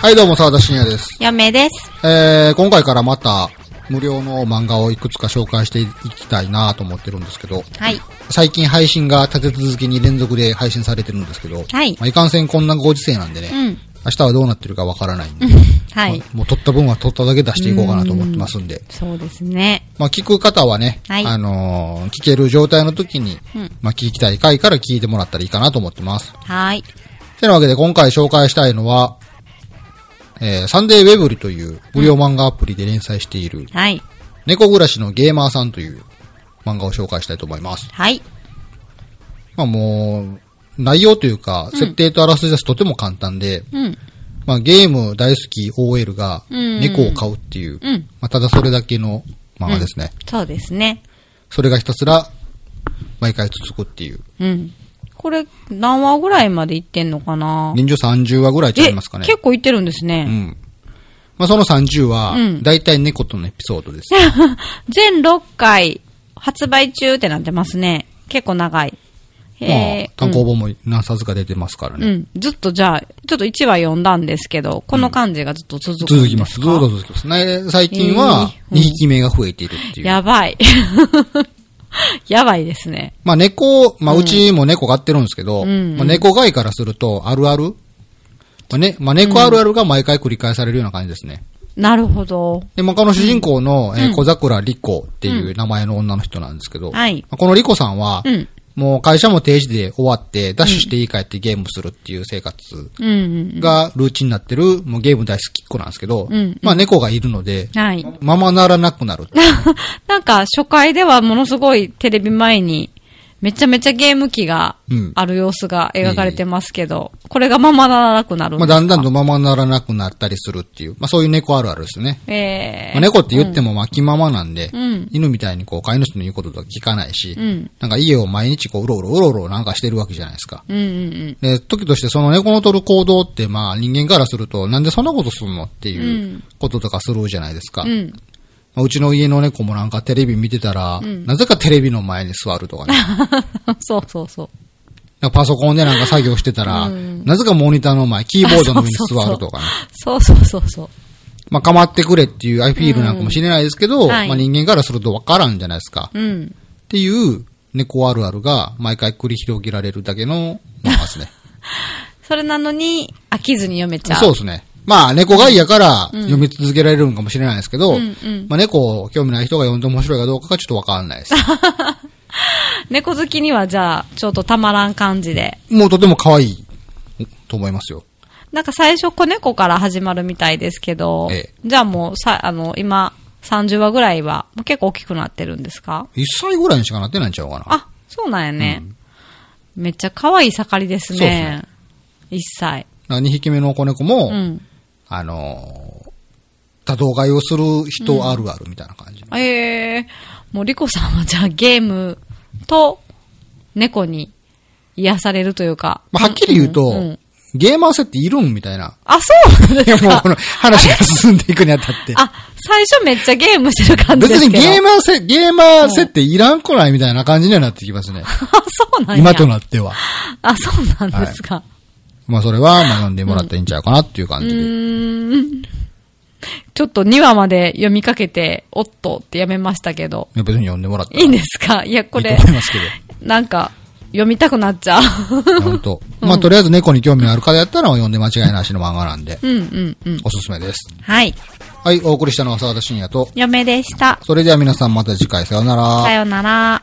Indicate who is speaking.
Speaker 1: はい、どうも、沢田信也です。
Speaker 2: 嫁です。
Speaker 1: えー、今回からまた、無料の漫画をいくつか紹介していきたいなと思ってるんですけど、
Speaker 2: はい。
Speaker 1: 最近配信が立て続けに連続で配信されてるんですけど、
Speaker 2: はい
Speaker 1: まあ、いかんせんこんなご時世なんでね、
Speaker 2: うん。
Speaker 1: 明日はどうなってるかわからないんで、
Speaker 2: はい
Speaker 1: ま。あもう撮った分は撮っただけ出していこうかなと思ってますんで、
Speaker 2: そうですね。
Speaker 1: まあ、聞く方はね、
Speaker 2: はい
Speaker 1: あのー聞ける状態の時に、
Speaker 2: うん
Speaker 1: まあ、聞きたい回から聞いてもらったらいいかなと思ってます。
Speaker 2: はい。
Speaker 1: てなわけで今回紹介したいのは、えー、サンデーウェブリという無料漫画アプリで連載している、
Speaker 2: はい。
Speaker 1: 猫暮らしのゲーマーさんという漫画を紹介したいと思います。
Speaker 2: はい。
Speaker 1: まあもう、内容というか、設定とあらすじですとても簡単で、
Speaker 2: うん。
Speaker 1: まあゲーム大好き OL が
Speaker 2: うん
Speaker 1: 猫を飼うっていう、
Speaker 2: うん。
Speaker 1: まあただそれだけの漫画ですね。
Speaker 2: そうですね。
Speaker 1: それがひたすら毎回続くっていう。
Speaker 2: うん。これ、何話ぐらいまでいってんのかな
Speaker 1: 現状30話ぐらいちゃいますかね。
Speaker 2: 結構いってるんです
Speaker 1: う
Speaker 2: ね。
Speaker 1: ん。まあその30話、
Speaker 2: うん
Speaker 1: だいたい猫とのエピソードです。
Speaker 2: 全6回、発売中ってなってますね。結構長い。
Speaker 1: まあ
Speaker 2: へ、
Speaker 1: 単行本も何冊か出てますから
Speaker 2: うん、う
Speaker 1: ね。
Speaker 2: ん。ずっとじゃあ、ちょっと1話読んだんですけど、この感じがずっと続くんですか、
Speaker 1: 続きます。ずっと続きます。ね、最近は
Speaker 2: えーうん
Speaker 1: 2匹目が増えているっていう。
Speaker 2: やばい。 やばいですね。
Speaker 1: まあ猫、まあうちも猫飼ってるんですけど、
Speaker 2: うんうん
Speaker 1: まあ、猫飼いからするとあるある、まあね、まあ猫あるあるが毎回繰り返されるような感じですね。
Speaker 2: なるほど。
Speaker 1: で、まあこの主人公の、えー小桜莉子っていう名前の女の人なんですけど、
Speaker 2: はい
Speaker 1: まあこの莉子さんは、
Speaker 2: うん。
Speaker 1: もう会社も定時で終わって、ダッシュして家帰ってゲームするっていう生活
Speaker 2: うんうん
Speaker 1: がルーチンになってる、もうゲーム大好きっ子なんですけど、
Speaker 2: うんうん
Speaker 1: まあ猫がいるので、
Speaker 2: うん。はい。
Speaker 1: ままならなくなる。
Speaker 2: なんか、初回ではものすごいテレビ前に、めちゃめちゃゲーム機が
Speaker 1: うん
Speaker 2: ある様子が描かれてますけど、これがままならなくなるん
Speaker 1: ま
Speaker 2: で
Speaker 1: あ、
Speaker 2: すか
Speaker 1: だんだんとままならなくなったりするっていう、まあそういう猫あるあるですね。
Speaker 2: え
Speaker 1: まあ、猫って言ってもまあ気ままなんで、
Speaker 2: うん
Speaker 1: 犬みたいにこう飼い主の言うこととか聞かないし、
Speaker 2: うん
Speaker 1: なんか家を毎日こううろうろうろうろなんかしてるわけじゃないですか。
Speaker 2: ー、うんうん
Speaker 1: で、時としてその猫の取る行動ってまあ人間からするとなんでそんなことすんのっていううこととかするじゃないですか。
Speaker 2: うん。うん。
Speaker 1: まあうちの家の猫もなんかテレビ見てたら、なぜかテレビの前に座るとかね。
Speaker 2: そうそうそう。
Speaker 1: なんかパソコンでなんか作業してたら、なぜかモニターの前、キーボードの上に
Speaker 2: あそうそうそう
Speaker 1: 座るとかね。
Speaker 2: そうそうそうそう。
Speaker 1: まあ、構ってくれっていうアイフィールなんかもしれないですけど、
Speaker 2: うんはい
Speaker 1: まあ人間からするとわからんじゃないですか。
Speaker 2: うん。
Speaker 1: っていう猫あるあるが毎回繰り広げられるだけの漫画です ね。
Speaker 2: それなのに、飽きずに読めちゃう。
Speaker 1: そうですね。まあ、猫が嫌から読み続けられるのかもしれないですけど、
Speaker 2: うんうん
Speaker 1: まあ、猫興味ない人が読んで面白いかどうかがちょっとわかんない です。
Speaker 2: 猫好きにはじゃあ、ちょっとたまらん感じで。
Speaker 1: もうとても可愛いと思いますよ。
Speaker 2: なんか最初子猫から始まるみたいですけど、
Speaker 1: ええ
Speaker 2: じゃあもうさ、あの、今、30話ぐらいは、もう結構大きくなってるんですか
Speaker 1: 1歳ぐらいにしかなってないんちゃうかな。
Speaker 2: あ、そうなんやね。めっちゃ可愛い盛りで
Speaker 1: そ
Speaker 2: す
Speaker 1: うっす
Speaker 2: ね。一1歳。
Speaker 1: 2匹目の子猫も、
Speaker 2: うん。
Speaker 1: あのー多動買いをする人あるあるみたいな感じの。
Speaker 2: ええもうリコさんはじゃあゲームと猫に癒されるというか。
Speaker 1: まあ、はっきり言うと、
Speaker 2: んんん
Speaker 1: ゲーマー性っているんみたいな。
Speaker 2: あ、 そうなん
Speaker 1: い
Speaker 2: で
Speaker 1: や、
Speaker 2: す
Speaker 1: もう
Speaker 2: か
Speaker 1: この話が進んでいくにあたって。
Speaker 2: あ、最初めっちゃゲームしてる感じ
Speaker 1: 別
Speaker 2: ですけ
Speaker 1: に
Speaker 2: ど。
Speaker 1: ゲー
Speaker 2: ム
Speaker 1: マー性、ゲーマー性っていらんくないみたいな感じにはなってきますね。
Speaker 2: あ、そうなんや。
Speaker 1: 今となっては。
Speaker 2: あ、そうなんですか。
Speaker 1: まあそれは、まあ読んでもらったらいいんちゃうかなっていう感じ
Speaker 2: う
Speaker 1: で。
Speaker 2: ーん。ちょっと2話まで読みかけて、おっとってやめましたけど。
Speaker 1: 別に読んでもらったら
Speaker 2: いいんですかいや、こ
Speaker 1: いい
Speaker 2: れ
Speaker 1: と、思いますけど。
Speaker 2: なんか、読みたくなっちゃう。
Speaker 1: 本当。まあとりあえず猫に興味のある方やったら読んで間違いなしの漫画なんで、
Speaker 2: うんうんうん。
Speaker 1: おすすめです。
Speaker 2: はい。
Speaker 1: はい、お送りしたのは沢田信也と、
Speaker 2: 嫁でした。
Speaker 1: それでは皆さんまた次回さようなら。
Speaker 2: さよなら。